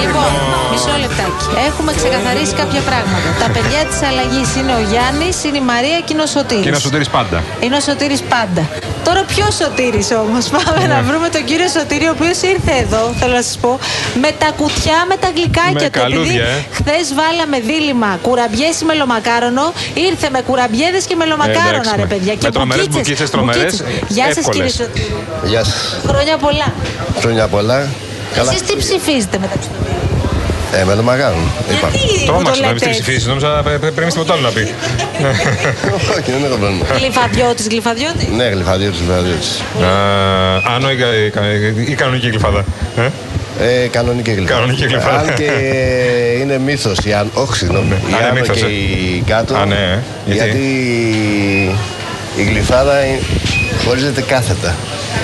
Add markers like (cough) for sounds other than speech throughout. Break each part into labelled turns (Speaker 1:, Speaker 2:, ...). Speaker 1: Λοιπόν, Μισό λεπτάκι. Έχουμε ξεκαθαρίσει κάποια πράγματα. Τα παιδιά της αλλαγής είναι ο Γιάννης, είναι η Μαρία και είναι ο Σωτήρης.
Speaker 2: Και είναι ο Σωτήρης πάντα.
Speaker 1: Είναι ο Σωτήρης πάντα. Τώρα ποιος Σωτήρης όμως. Πάμε
Speaker 2: Ναι.
Speaker 1: να βρούμε τον κύριο Σωτήρη, ο οποίος ήρθε εδώ, θέλω να σας πω, με τα κουτιά με τα γλυκάκια
Speaker 2: Με
Speaker 1: του.
Speaker 2: καλούδια, ε.
Speaker 1: χθες βάλαμε δίλημα κουραμπιές ή μελομακάρονο, ήρθε με κουραμπιέδες και μελομακάρονα,
Speaker 2: εντάξει,
Speaker 1: ρε
Speaker 2: με-
Speaker 1: παιδιά.
Speaker 2: με τρομερές
Speaker 1: μπουκίτσες.
Speaker 2: μπουκίτσες, τρομερές,
Speaker 1: Μπουκίτσες. Γεια σας,
Speaker 2: εύκολες.
Speaker 1: κύριε Σωτήρη.
Speaker 3: Γεια σας.
Speaker 1: Χρόνια πολλά.
Speaker 3: Χρόνια πολλά. Καλά.
Speaker 1: Εσείς τι ψηφίζετε μεταξύ των δύο.
Speaker 3: Ε, με το μαγάρουν. Είπα.
Speaker 1: Γιατί μου το
Speaker 2: Τρόμαξε να μην
Speaker 1: λέτε
Speaker 2: την ψηφίσει, νόμιζα ε, πρέπει να είσαι τίποτα άλλο να πει.
Speaker 3: Όχι, δεν έχω πρόβλημα.
Speaker 1: Γλυφαδιώτης, γλυφαδιώτη.
Speaker 3: Ναι, γλυφαδίωτη, γλυφαδίωτη.
Speaker 1: Ναι.
Speaker 2: Α, Ε, Άνω ή κα- ή κα- ή κανονική γλυφάδα. ε?
Speaker 3: Ε, κανονική γλυφάδα.
Speaker 2: Κανονική γλυφάδα.
Speaker 3: Αν και είναι μύθος η αν... Όχι, συγγνώμη. Η
Speaker 2: Α, ναι,
Speaker 3: άνω
Speaker 2: μύθος,
Speaker 3: και
Speaker 2: ε.
Speaker 3: η κάτω.
Speaker 2: Α, ναι, ε. Γιατί?
Speaker 3: Γιατί η γλυφάδα ε, χωρίζεται κάθετα.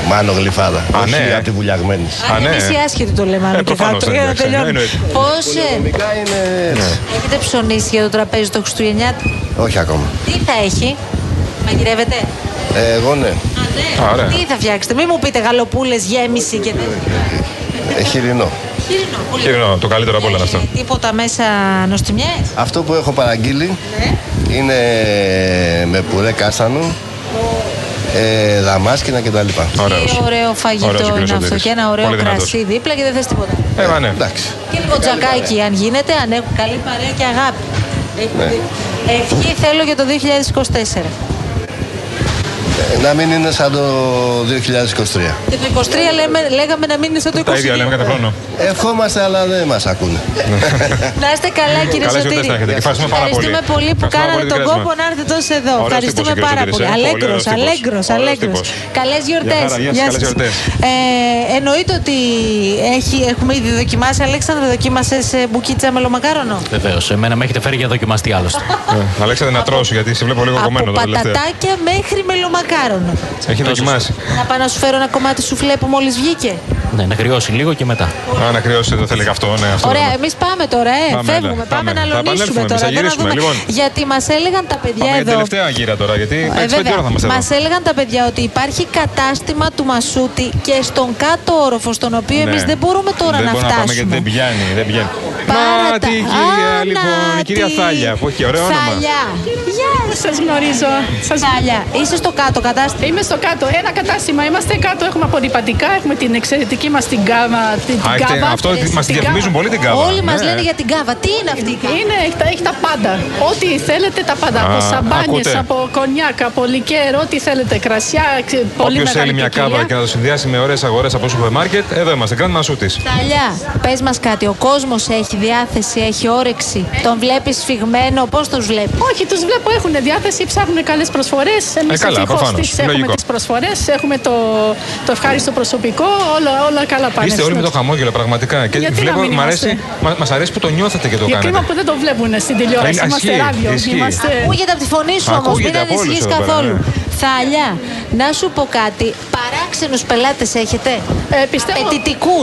Speaker 3: Μάνο γλυφάδα.
Speaker 2: Α,
Speaker 3: όχι
Speaker 2: ναι.
Speaker 3: από την βουλιαγμένη.
Speaker 2: Α,
Speaker 1: Αν
Speaker 2: ναι.
Speaker 1: εμείς οι άσχετοι το λέμε,
Speaker 2: Ε,
Speaker 1: αν και
Speaker 2: προφανώς,
Speaker 1: κάτω, για να
Speaker 2: εντάξει, ναι,
Speaker 1: τελειώνει.
Speaker 2: εννοείται.
Speaker 1: Πώς, ε,
Speaker 3: Νομικά είναι
Speaker 2: Ναι.
Speaker 3: έτσι.
Speaker 1: έχετε ψωνίσει για το τραπέζι το Χριστουγεννιάτικο,
Speaker 3: Όχι ακόμα.
Speaker 1: τι θα έχει, μαγειρεύετε.
Speaker 3: Ε, εγώ ναι.
Speaker 1: Α, ναι.
Speaker 2: Α, ωραία.
Speaker 1: Τι θα φτιάξετε, μην μου πείτε γαλοπούλες, γέμιση και τέτοια.
Speaker 3: Ε, χοιρινό.
Speaker 1: Χοιρινό, πολύ
Speaker 2: Χειρινό, το καλύτερο από όλα είναι
Speaker 1: Έχει
Speaker 2: αυτό.
Speaker 1: ε, Τίποτα μέσα νοστιμιές.
Speaker 3: Αυτό που έχω παραγγείλει
Speaker 1: Ναι.
Speaker 3: είναι με πουρέ κάστανο, ε, δαμάσκηνα κτλ.
Speaker 1: Τι
Speaker 2: Ωραίος.
Speaker 1: ωραίο φαγητό
Speaker 2: Ωραίος ο κύριος
Speaker 1: είναι αυτό.
Speaker 2: Σωτήρης.
Speaker 1: Και ένα ωραίο
Speaker 2: Πολύ δυνατός.
Speaker 1: κρασί δίπλα και δεν θες τίποτα.
Speaker 2: Ε, μα ναι.
Speaker 3: Εντάξει.
Speaker 1: Και λίγο τζακάκι, αν γίνεται, αν έχουν καλή παρέα και αγάπη.
Speaker 3: Ναι.
Speaker 1: Ευχή θέλω για το 2024.
Speaker 3: Ε, να μην είναι σαν το 2023.
Speaker 1: Και το 23 λέμε, λέγαμε να μην είναι σαν το 22.
Speaker 2: Τα ίδια λέμε κάθε χρόνο.
Speaker 3: Ευχόμαστε, αλλά δεν μας ακούνε.
Speaker 1: Να είστε καλά, κύριε
Speaker 2: Καλές
Speaker 1: Σωτήρη.
Speaker 2: γιορτές να έχετε. Ευχαριστούμε πάρα πολύ.
Speaker 1: Ευχαριστούμε πολύ που
Speaker 2: Ευχαριστούμε
Speaker 1: κάνατε
Speaker 2: πολύ,
Speaker 1: τον
Speaker 2: Κρέσμα.
Speaker 1: κόπο να έρθετε τόσο εδώ.
Speaker 2: Ωραίος
Speaker 1: Ευχαριστούμε
Speaker 2: τύπος ο
Speaker 1: πάρα
Speaker 2: κύριος
Speaker 1: πολύ.
Speaker 2: Σωτήρης, ε.
Speaker 1: Αλέγκρο,
Speaker 2: Πολύ ωραίος
Speaker 1: αλέγκρο,
Speaker 2: τύπος.
Speaker 1: αλέγκρος.
Speaker 2: Ωραίος τύπος.
Speaker 1: Καλές γιορτέ.
Speaker 2: Γεια χαρά, γεια σας, καλές γιορτές.
Speaker 1: Ε, Εννοείται ότι έχει- έχουμε ήδη δοκιμάσει. Αλέξανδρο, δοκίμασες μπουκίτσα μελομακάρονο.
Speaker 4: Βεβαίως. Εμένα με έχετε φέρει για δοκιμαστή άλλωστε.
Speaker 5: (laughs)
Speaker 2: Ε, Αλέξανδρε να τρώσει γιατί σε βλέπω λίγο
Speaker 1: Από
Speaker 2: κομμένο το τελευταίο.
Speaker 1: πατατάκια μέχρι μελομακάρονο.
Speaker 2: Έχει
Speaker 4: Τόσες.
Speaker 2: δοκιμάσει.
Speaker 1: Να πάω να σου φέρω ένα κομμάτι σουφλέ που μόλις βγήκε.
Speaker 4: ναι, να κρυώσει λίγο και μετά.
Speaker 2: Α, να κρυώσει το θέλει και αυτό, ναι, αυτό.
Speaker 1: Ωραία,
Speaker 2: θα-
Speaker 1: εμείς πάμε τώρα, ε.
Speaker 2: Πάμε,
Speaker 1: φεύγουμε.
Speaker 2: έλα,
Speaker 1: πάμε,
Speaker 2: πάμε.
Speaker 1: να
Speaker 2: Θα
Speaker 1: λονίσουμε
Speaker 2: επανέλθουμε,
Speaker 1: τώρα.
Speaker 2: θα
Speaker 1: δεν
Speaker 2: γυρίσουμε, λοιπόν.
Speaker 1: Γιατί μας έλεγαν τα παιδιά
Speaker 2: Πάμε για
Speaker 1: εδώ.
Speaker 2: τελευταία γύρα τώρα, γιατί
Speaker 1: Ε,
Speaker 2: μέχρι πέντε ώρα θα είμαστε εδώ.
Speaker 1: Μα έλεγαν τα παιδιά ότι υπάρχει κατάστημα του Μασούτη και στον κάτω όροφο, στον οποίο
Speaker 2: Ναι.
Speaker 1: εμείς δεν μπορούμε τώρα
Speaker 2: δεν
Speaker 1: να
Speaker 2: μπορούμε πάμε γιατί
Speaker 1: φτάσουμε.
Speaker 2: δεν πιάνει. Δεν πιάνει.
Speaker 1: Πάρα
Speaker 2: Να
Speaker 1: τα-
Speaker 2: τη κυρία,
Speaker 1: Α,
Speaker 2: λοιπόν,
Speaker 1: να
Speaker 2: η κυρία
Speaker 1: τη.
Speaker 2: Θάλια που έχει ωραίο όνομα.
Speaker 1: Θάλια. Γεια
Speaker 6: Σας γνωρίζω.
Speaker 1: σας, Θάλια. Είσαι στο κάτω κατάστημα.
Speaker 6: Είμαι στο κάτω. Ένα κατάστημα. Είμαστε κάτω. Έχουμε απορριπαντικά. Έχουμε την εξαιρετική μας την κάβα. Την, Ε, την
Speaker 2: Α, έχετε-
Speaker 6: κάβα.
Speaker 2: αυτό
Speaker 6: Την
Speaker 2: μα τη
Speaker 6: κάβα.
Speaker 2: διαφημίζουν πολύ την κάβα.
Speaker 1: Όλοι μας
Speaker 2: Ναι.
Speaker 1: λένε για την κάβα. Τι είναι αυτή η κάβα.
Speaker 6: Είναι, έχει, τα, έχει τα πάντα. Ό,τι θέλετε τα πάντα.
Speaker 2: Α,
Speaker 6: από σαμπάνιες,
Speaker 2: ακούτε.
Speaker 6: από κονιάκ, από λικέρ, ό,τι θέλετε. Κρασιά, ξε- πολύ
Speaker 2: Όποιος
Speaker 6: μεγάλη
Speaker 2: θέλει μια
Speaker 6: ποικιλία.
Speaker 2: κάβα και να το συνδυάσει με ωραίες αγορές από σούπερ μάρκετ, εδώ είμαστε. Grand Μασούτη.
Speaker 1: Ταλιά, πες μας κάτι. Ο κόσμος έχει διάθεση, έχει όρεξη. Τον βλέπεις σφιγμένο. Πώ τον βλέπεις.
Speaker 6: Όχι, τους βλέπω έχουν διάθεση, ψάχνουν καλές προσφορές. Εμείς
Speaker 2: Ε, καλά, προφανώς.
Speaker 6: έχουμε
Speaker 2: Λογικό.
Speaker 6: τις προσφορές, έχουμε το, το ευχάριστο προσωπικό, όλα, όλα καλά πάνε.
Speaker 2: Είστε όλοι με το χαμόγελο, πραγματικά. Και
Speaker 6: Γιατί να μην
Speaker 2: μ' αρέσει,
Speaker 6: είμαστε.
Speaker 2: μα μας αρέσει που το νιώθετε και το
Speaker 6: Για κρίμα
Speaker 2: κάνετε.
Speaker 6: που δεν το βλέπουν στην τηλεόραση.
Speaker 2: Ε,
Speaker 6: είμαστε
Speaker 2: ισχύει,
Speaker 6: ράδιο.
Speaker 2: ισχύει.
Speaker 6: Είμαστε...
Speaker 1: Ακούγεται από τη φωνή σου όμως, μην
Speaker 2: Ακούγεται από όλους
Speaker 1: ανησυχείς
Speaker 2: εδώ πέρα,
Speaker 1: καθόλου.
Speaker 2: ναι.
Speaker 1: Θαλιά, να σου πω κάτι. Παράξενους πελάτες έχετε.
Speaker 6: Ε, πιστεύω-
Speaker 1: Απαιτητικούς.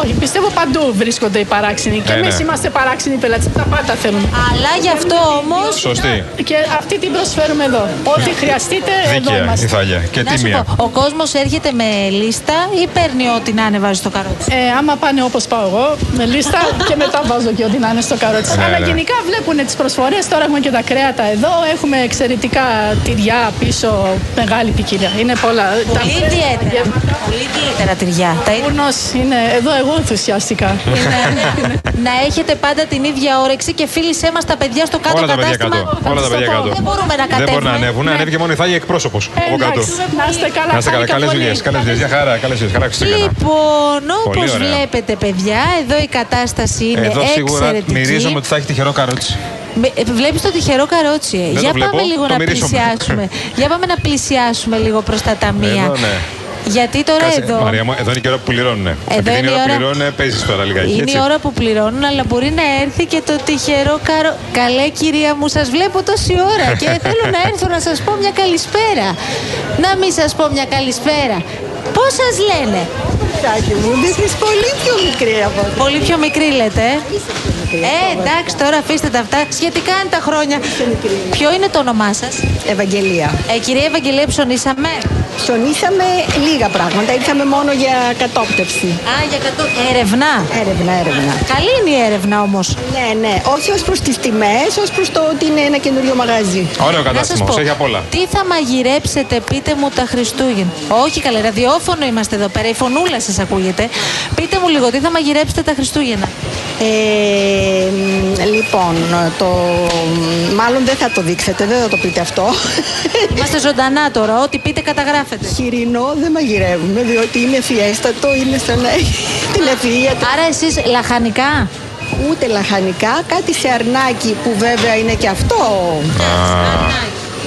Speaker 6: Όχι, πιστεύω παντού βρίσκονται οι παράξενοι. Και
Speaker 2: Ε,
Speaker 6: εμείς
Speaker 2: ναι.
Speaker 6: είμαστε παράξενοι πελάτες. Τα πάντα θέλουμε.
Speaker 1: Αλλά γι' αυτό όμως.
Speaker 2: Σωστή.
Speaker 6: Και αυτή την προσφέρουμε εδώ. Ό,τι χρειαστείτε, εδώ
Speaker 2: Δίκαια η
Speaker 6: είμαστε.
Speaker 2: Θάλια. Και
Speaker 1: Να σου
Speaker 2: τίμια.
Speaker 1: πω, ο κόσμος έρχεται με λίστα ή παίρνει ό,τι να ανεβάζει στο καρότσι.
Speaker 6: Ε, άμα πάνε όπως πάω εγώ, με
Speaker 2: (laughs)
Speaker 6: λίστα και μετά βάζω και ό,τι να είναι στο καρότσι.
Speaker 2: Ναι,
Speaker 6: Αλλά
Speaker 2: ναι.
Speaker 6: γενικά βλέπουν τις προσφορές. Τώρα έχουμε και τα κρέατα εδώ. Έχουμε εξαιρετικά τυριά πίσω, μεγάλη ποικιλία. Είναι πολλά.
Speaker 1: Πολύ
Speaker 6: Ε, τα
Speaker 1: ιδιαίτερα. Πολύ ιδιαίτερα τυριά. Τα
Speaker 6: (laughs)
Speaker 1: είναι-
Speaker 6: Βούρνος είναι εδώ, εγώ ενθουσιάστηκα.
Speaker 1: είναι- να έχετε πάντα την ίδια όρεξη και φίλησέ μας τα παιδιά στο κάτω
Speaker 2: Όλα τα παιδιά
Speaker 1: κατάστημα.
Speaker 2: κάτω.
Speaker 1: Θα
Speaker 2: Όλα τα
Speaker 1: τους το
Speaker 2: παιδιά
Speaker 1: πω.
Speaker 2: κάτω.
Speaker 1: Δεν μπορούμε να
Speaker 2: Δεν
Speaker 1: κατέβουμε. Ναι. Ε,
Speaker 2: μπορεί να ανέβουν. Ανέβηκε μόνο η Θάλια εκπρόσωπο από κάτω.
Speaker 6: Ε, Εντάξει, να είστε καλά.
Speaker 2: Να είστε καλά.
Speaker 6: χάρηκα
Speaker 2: Καλέ
Speaker 6: πολύ.
Speaker 2: δουλειές. Καλές δουλειές. Για χαρά. Καλές δουλειές. Καλά, ξεκινά.
Speaker 1: Λοιπόν,
Speaker 2: Πολύ
Speaker 1: όπω
Speaker 2: ωραία.
Speaker 1: βλέπετε, παιδιά, εδώ η κατάσταση είναι
Speaker 2: Εδώ σίγουρα
Speaker 1: εξαιρετική.
Speaker 2: μυρίζομαι ότι θα έχει τυχερό καρότσι.
Speaker 1: Βλέπεις το τυχερό καρότσι. ε.
Speaker 2: το
Speaker 1: Για
Speaker 2: βλέπω,
Speaker 1: πάμε λίγο
Speaker 2: το
Speaker 1: να
Speaker 2: μυρίζομαι. (laughs)
Speaker 1: πλησιάσουμε. Για πάμε να πλησιάσουμε λίγο προς τα ταμεία.
Speaker 2: Εδώ, ναι.
Speaker 1: Γιατί τώρα
Speaker 2: Κάτσε,
Speaker 1: εδώ.
Speaker 2: Μαρία μου, εδώ είναι και η ώρα που πληρώνουν. Επειδή είναι η ώρα που πληρώνουν, παίζεις τώρα λιγάκι.
Speaker 1: Είναι
Speaker 2: έτσι.
Speaker 1: η ώρα που πληρώνουν, αλλά μπορεί να έρθει και το τυχερό καρό. Καλέ, κυρία μου, σας βλέπω τόση ώρα
Speaker 2: (laughs)
Speaker 1: και θέλω να έρθω να σας πω μια καλησπέρα. Να μην σας πω μια καλησπέρα. Πώς σας λένε,
Speaker 7: Τάκι μου, δεν είσαι πολύ πιο μικρή από ό,τι.
Speaker 1: Πολύ πιο μικρή λέτε. ε. Ε, εντάξει, τώρα αφήστε τα αυτά. Σχετικά είναι τα χρόνια. Ποιο είναι το όνομά σας,
Speaker 7: Ευαγγελία.
Speaker 1: ε, κυρία Ευαγγελία, ψωνίσαμε.
Speaker 7: ψωνίσαμε λίγα πράγματα. Ήρθαμε μόνο για κατόπτευση.
Speaker 1: Α, για κατώ... Έρευνα.
Speaker 7: Έρευνα, έρευνα.
Speaker 1: Καλή είναι η έρευνα όμως.
Speaker 7: Ναι, ναι. Όχι ως προς τις τιμές, ως προς το ότι είναι ένα καινούριο μαγαζί.
Speaker 2: Ωραίο
Speaker 1: Να σας
Speaker 2: κατάστημα,
Speaker 1: πω,
Speaker 2: έχει απ' όλα.
Speaker 1: Τι θα μαγειρέψετε, πείτε μου τα Χριστούγεννα. Όχι, καλέ, ραδιόφωνο είμαστε εδώ πέρα. Η φωνούλα σας ακούγεται. Πείτε μου λίγο, τι θα μαγειρέψετε τα Χριστούγεννα.
Speaker 7: Ε, μ, λοιπόν, το... μάλλον δεν θα το δείξετε, δεν θα το πείτε αυτό. (laughs)
Speaker 1: Είμαστε ζωντανά τώρα. Ό,τι πείτε, καταγράφετε.
Speaker 7: Χοιρινό δεν μαγειρεύουμε, διότι είναι φιέστατο, είναι σαν να έχει την ευφυΐα του.
Speaker 1: Άρα εσείς λαχανικά.
Speaker 7: Ούτε λαχανικά, κάτι σε αρνάκι που βέβαια είναι και αυτό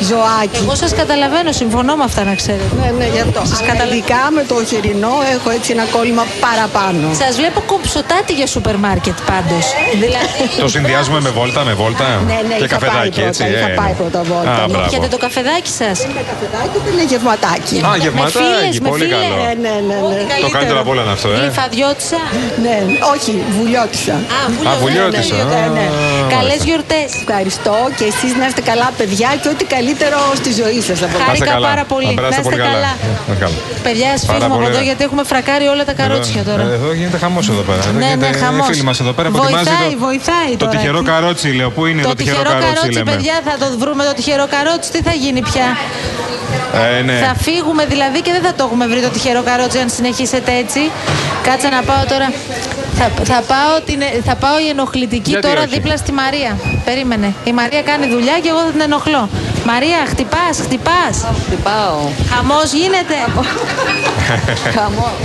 Speaker 7: ζωάκι.
Speaker 1: Εγώ σας καταλαβαίνω, συμφωνώ με αυτά να ξέρετε.
Speaker 7: Ναι, ναι, γι' αυτό. Αλλά
Speaker 1: καταλαβαίνω.
Speaker 7: ειδικά με το χοιρινό έχω έτσι ένα κόλλημα παραπάνω.
Speaker 1: Σας βλέπω κομψωτάτη για σούπερ μάρκετ πάντως.
Speaker 2: (laughs)
Speaker 1: δηλαδή.
Speaker 2: Το συνδυάζουμε με βόλτα, με βόλτα.
Speaker 7: Ναι, ναι,
Speaker 2: και
Speaker 7: θα
Speaker 2: καφεδάκι,
Speaker 7: πάει
Speaker 2: έτσι.
Speaker 7: πρώτα, θα
Speaker 2: ε.
Speaker 7: πάει πρώτα βόλτα.
Speaker 2: Α,
Speaker 7: Ναι,
Speaker 2: μπράβο.
Speaker 1: Πιάτε το καφεδάκι σας.
Speaker 7: Ένα καφεδάκι και ένα γευματάκι.
Speaker 2: Α, γευματάκι,
Speaker 1: φίλες, με
Speaker 2: πολύ
Speaker 1: φίλες. ε,
Speaker 7: Ναι,
Speaker 2: καλό.
Speaker 7: ναι, ναι. ναι.
Speaker 2: Το καλύτερο απ' όλα είναι αυτό, ε.
Speaker 1: Γλυφαδιώτησα.
Speaker 7: ναι. Όχι, βουλιώτησα.
Speaker 1: Α,
Speaker 2: Α, βουλιώτησα.
Speaker 1: βουλιώτησα.
Speaker 7: ναι, ναι.
Speaker 1: Καλές γιορτές.
Speaker 7: Ευχαριστώ και εσείς να είστε καλά παιδιά και ό,τι καλύτερο στη ζωή σας. από
Speaker 1: Χάρηκα πάρα πολύ.
Speaker 2: Να περάσετε πολύ καλά. Ε, να καλά.
Speaker 1: Παιδιά,
Speaker 2: Πάρα
Speaker 1: σφίγμα από
Speaker 2: πολύ,
Speaker 1: εδώ
Speaker 2: ε.
Speaker 1: γιατί έχουμε φρακάρει όλα τα καρότσια
Speaker 2: Εδώ- ε,
Speaker 1: τώρα.
Speaker 2: Εδώ γίνεται χαμός εδώ πέρα.
Speaker 1: Ναι, ναι, χαμό.
Speaker 2: Οι φίλοι μας εδώ πέρα που ετοιμάζει
Speaker 1: Βοηθάει,
Speaker 2: το-
Speaker 1: βοηθάει
Speaker 2: Το
Speaker 1: τώρα.
Speaker 2: τυχερό καρότσι, λέω. Πού είναι το τυχερό καρότσι, λέμε.
Speaker 1: παιδιά, θα το βρούμε το τυχερό καρότσι. Τι θα γίνει πια.
Speaker 2: Ε, ναι.
Speaker 1: Θα φύγουμε δηλαδή και δεν θα το έχουμε βρει το τυχερό καρότσι αν συνεχίσετε έτσι. Κάτσε να πάω τώρα. Θα, θα, πάω, την, θα πάω η ενοχλητική
Speaker 2: Γιατί
Speaker 1: τώρα
Speaker 2: όχι.
Speaker 1: δίπλα στη Μαρία. Περίμενε. Η Μαρία κάνει δουλειά και εγώ θα την ενοχλώ. Μαρία, χτυπάς, χτυπάς.
Speaker 8: Πάω.
Speaker 1: Χαμός γίνεται.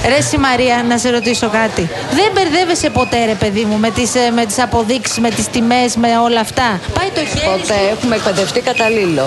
Speaker 1: Ρε συ Μαρία, να σε ρωτήσω κάτι. Δεν μπερδεύεσαι ποτέ, ρε παιδί μου, με τις, ε, με τις αποδείξεις, με τις τιμές, με όλα αυτά. Πάει το χέρι σου.
Speaker 8: Ποτέ έχουμε εκπαιδευτεί καταλήλως.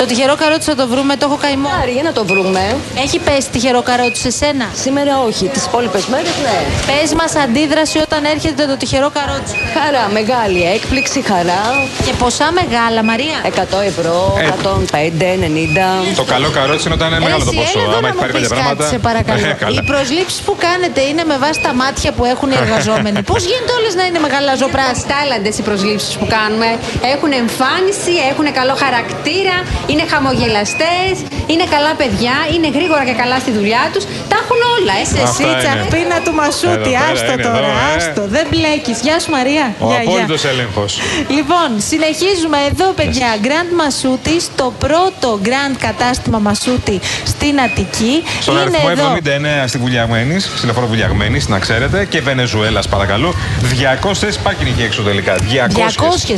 Speaker 1: Το τυχερό καρότσι θα το βρούμε, το έχω καημό.
Speaker 8: Άρη, για να το βρούμε.
Speaker 1: Έχει πέσει τυχερό καρότσι σε σένα.
Speaker 8: Σήμερα όχι, τις υπόλοιπες μέρες ναι.
Speaker 1: Πες μας αντίδραση όταν έρχεται το τυχερό καρότσι.
Speaker 8: Χαρά, μεγάλη έκπληξη, χαρά.
Speaker 1: Και ποσά μεγάλα, Μαρία.
Speaker 8: 100 ευρώ,
Speaker 2: Ε.
Speaker 8: 105, 90.
Speaker 2: Το καλό καρότσι είναι όταν είναι μεγάλο το
Speaker 1: Εσύ,
Speaker 2: ποσό.
Speaker 1: έλα εδώ
Speaker 2: Άμα
Speaker 1: να
Speaker 2: έχει
Speaker 1: μου
Speaker 2: πάρει
Speaker 1: πεις
Speaker 2: πέντε
Speaker 1: κάτι,
Speaker 2: πράγματα.
Speaker 1: σε παρακαλώ.
Speaker 2: (laughs) Ε, καλά.
Speaker 1: Οι προσλήψεις που κάνετε είναι με βάση τα μάτια που έχουν οι
Speaker 2: (laughs)
Speaker 1: εργαζόμενοι. Πώς γίνεται όλες να είναι μεγαλαζοπράσινα.
Speaker 9: Τάλαντε οι προσλήψεις που κάνουμε. Έχουν εμφάνιση, έχουν καλό χαρακτήρα, είναι χαμογελαστές, είναι καλά παιδιά, είναι γρήγορα και καλά στη δουλειά τους. Τα έχουν όλα. Εσύ,
Speaker 2: Αυτά
Speaker 9: εσύ,
Speaker 1: Εσύ,
Speaker 2: είναι.
Speaker 1: τσαχπίνα του Μασούτη,
Speaker 2: Εδώ πέρα
Speaker 1: άστο
Speaker 2: είναι,
Speaker 1: τώρα,
Speaker 2: εδώ, ε.
Speaker 1: άστο. Δεν μπλέκεις. Γεια σου, Μαρία.
Speaker 2: Ο
Speaker 1: Γεια, γεια.
Speaker 2: απόλυτος έλεγχος.
Speaker 1: Λοιπόν, συνεχίζουμε εδώ, παιδιά. Grand Μασούτη, στο πρώτο Grand κατάστημα Μασούτη στην Αττική.
Speaker 2: Στον
Speaker 1: είναι
Speaker 2: αριθμό
Speaker 1: εδώ.
Speaker 2: 79 στη Βουλιαγμένη, στη λεωφόρο Βουλιαγμένη, να ξέρετε, και Βενεζουέλας, παρακαλώ. 200 πάρκινγκ εκεί έξω τελικά.
Speaker 1: 200,
Speaker 2: 200.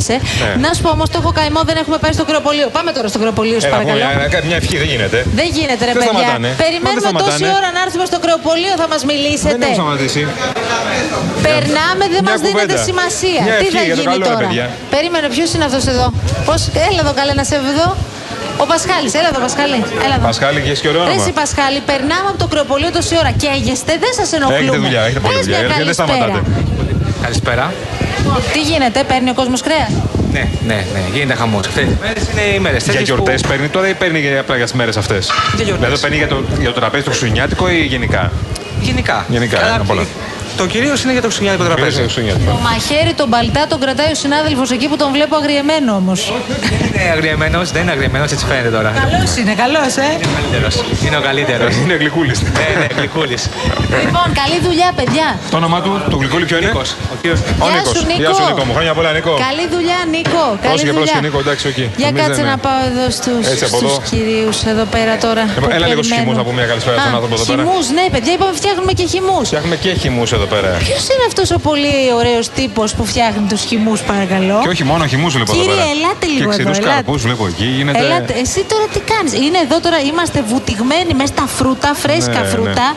Speaker 1: ε.
Speaker 2: Ναι.
Speaker 1: Να σου πω όμως, το έχω καημό, δεν έχουμε πάει στο κρεοπολείο. Πάμε τώρα στο κρεοπολείο, σου
Speaker 2: Έλα,
Speaker 1: παρακαλώ.
Speaker 2: μια, μια- μια ευχή δεν γίνεται.
Speaker 1: Δεν γίνεται, ρε
Speaker 2: Δεν
Speaker 1: παιδιά.
Speaker 2: σταματάνε. Μα
Speaker 1: Περιμένουμε
Speaker 2: δεν
Speaker 1: τόση
Speaker 2: σταματάνε.
Speaker 1: ώρα να έρθουμε στο κρεοπολείο, θα μας μιλήσετε.
Speaker 2: Δεν έχω σταματήσει.
Speaker 1: Περνάμε, δεν
Speaker 2: Μια
Speaker 1: μας δίνετε
Speaker 2: κουβέντα.
Speaker 1: σημασία.
Speaker 2: Μια
Speaker 1: Τι
Speaker 2: ευχή
Speaker 1: θα
Speaker 2: για το
Speaker 1: γίνει
Speaker 2: καλό, ρε
Speaker 1: τώρα.
Speaker 2: παιδιά.
Speaker 1: Περίμενε, ποιος είναι αυτός εδώ. Πώς, έλα εδώ, καλέ να σε δω. Ο Πασχάλης, έλα εδώ, Πασχάλη. Έλα εδώ.
Speaker 2: Πασχάλη, έχεις και ωραίο
Speaker 1: Ρε
Speaker 2: όνομα.
Speaker 1: συ Πασχάλη, περνάμε από το κρεοπολείο τόση ώρα. Καίγεστε, δεν σας ενοχλούμε.
Speaker 2: Έχετε δουλειά, έχετε πολλή
Speaker 1: Πες
Speaker 2: δουλειά.
Speaker 1: μια
Speaker 2: γιατί Δεν
Speaker 1: καλησπέρα.
Speaker 2: σταματάτε.
Speaker 5: Καλησπέρα.
Speaker 1: Τι γίνεται, παίρνει ο κόσμος κρέας.
Speaker 5: Ναι, ναι, ναι, γίνεται χαμός. Αυτέ τι μέρες είναι οι μέρες.
Speaker 2: Για γιορτέ παίρνει τώρα ή παίρνει για- απλά για τις μέρες αυτές.
Speaker 5: Για γιορτές.
Speaker 2: Δηλαδή παίρνει για το, για το τραπέζι το χριστουγεννιάτικο ή γενικά.
Speaker 5: Γενικά.
Speaker 2: Γενικά,
Speaker 5: Καλά,
Speaker 2: απ' όλα.
Speaker 5: Το κυρίως είναι για το ξυγιάνικο
Speaker 2: Τραπέζι
Speaker 5: τραπέζι.
Speaker 1: Το
Speaker 2: χριστουγεννιάτικο.
Speaker 1: μαχαίρι, τον παλτά, τον κρατάει ο συνάδελφος εκεί που τον βλέπω αγριεμένο όμως.
Speaker 5: δεν είναι αγριεμένος, δεν είναι αγριεμένος, έτσι φαίνεται τώρα.
Speaker 1: Καλός είναι, καλός, ε.
Speaker 5: Είναι ο καλύτερος. Είναι ο καλύτερος.
Speaker 2: Είναι γλυκούλη.
Speaker 5: ναι, ναι, γλυκούλης.
Speaker 1: Λοιπόν, καλή δουλειά, παιδιά.
Speaker 2: Ε, Το όνομά του, το γλυκούλη ποιο είναι.
Speaker 5: Ο κύριος-
Speaker 2: Ο
Speaker 1: Γεια σου,
Speaker 2: Νίκος.
Speaker 1: Νίκο.
Speaker 2: Γεια σου, Νίκο μου. Χρόνια πολλά, Νίκο.
Speaker 1: Καλή δουλειά, Νίκο. Καλή
Speaker 2: Πρόσεχε,
Speaker 1: δουλειά.
Speaker 2: πρόσεχε, Νίκο, εντάξει, οκ.
Speaker 1: Για
Speaker 2: Εμείς
Speaker 1: κάτσε
Speaker 2: δεν-
Speaker 1: να πάω εδώ στους,
Speaker 2: Έτσι, από
Speaker 1: στους
Speaker 2: εδώ. Λοιπόν,
Speaker 1: κυρίους εδώ πέρα τώρα. που
Speaker 2: λίγο στους
Speaker 1: περιμένουν.
Speaker 2: χυμούς να πούμε μια καλησπέρα στον
Speaker 1: Α,
Speaker 2: άνθρωπο εδώ πέρα.
Speaker 1: χυμούς, ναι, παιδιά, είπαμε φτιάχνουμε και χυμούς.
Speaker 2: Φτιάχνουμε και χυμούς εδώ πέρα.
Speaker 1: Ποιος είναι αυτός ο πολύ ωραίος τύπος που φτιάχνει τους χυμούς, παρακαλώ.
Speaker 2: Και όχι μόνο χυμούς βλέπω εδώ
Speaker 1: Κύριε,
Speaker 2: πέρα.
Speaker 1: ελάτε λίγο
Speaker 2: Και
Speaker 1: εδώ.
Speaker 2: ξηρού
Speaker 1: ελάτε.
Speaker 2: καρπού βλέπω εκεί. Γίνεται.
Speaker 1: Ελάτε, εσύ τώρα τι κάνεις. Είναι εδώ τώρα, είμαστε βουτυγμένοι μέσα στα φρούτα, φρέσκα
Speaker 2: Ναι, ναι.
Speaker 1: φρούτα.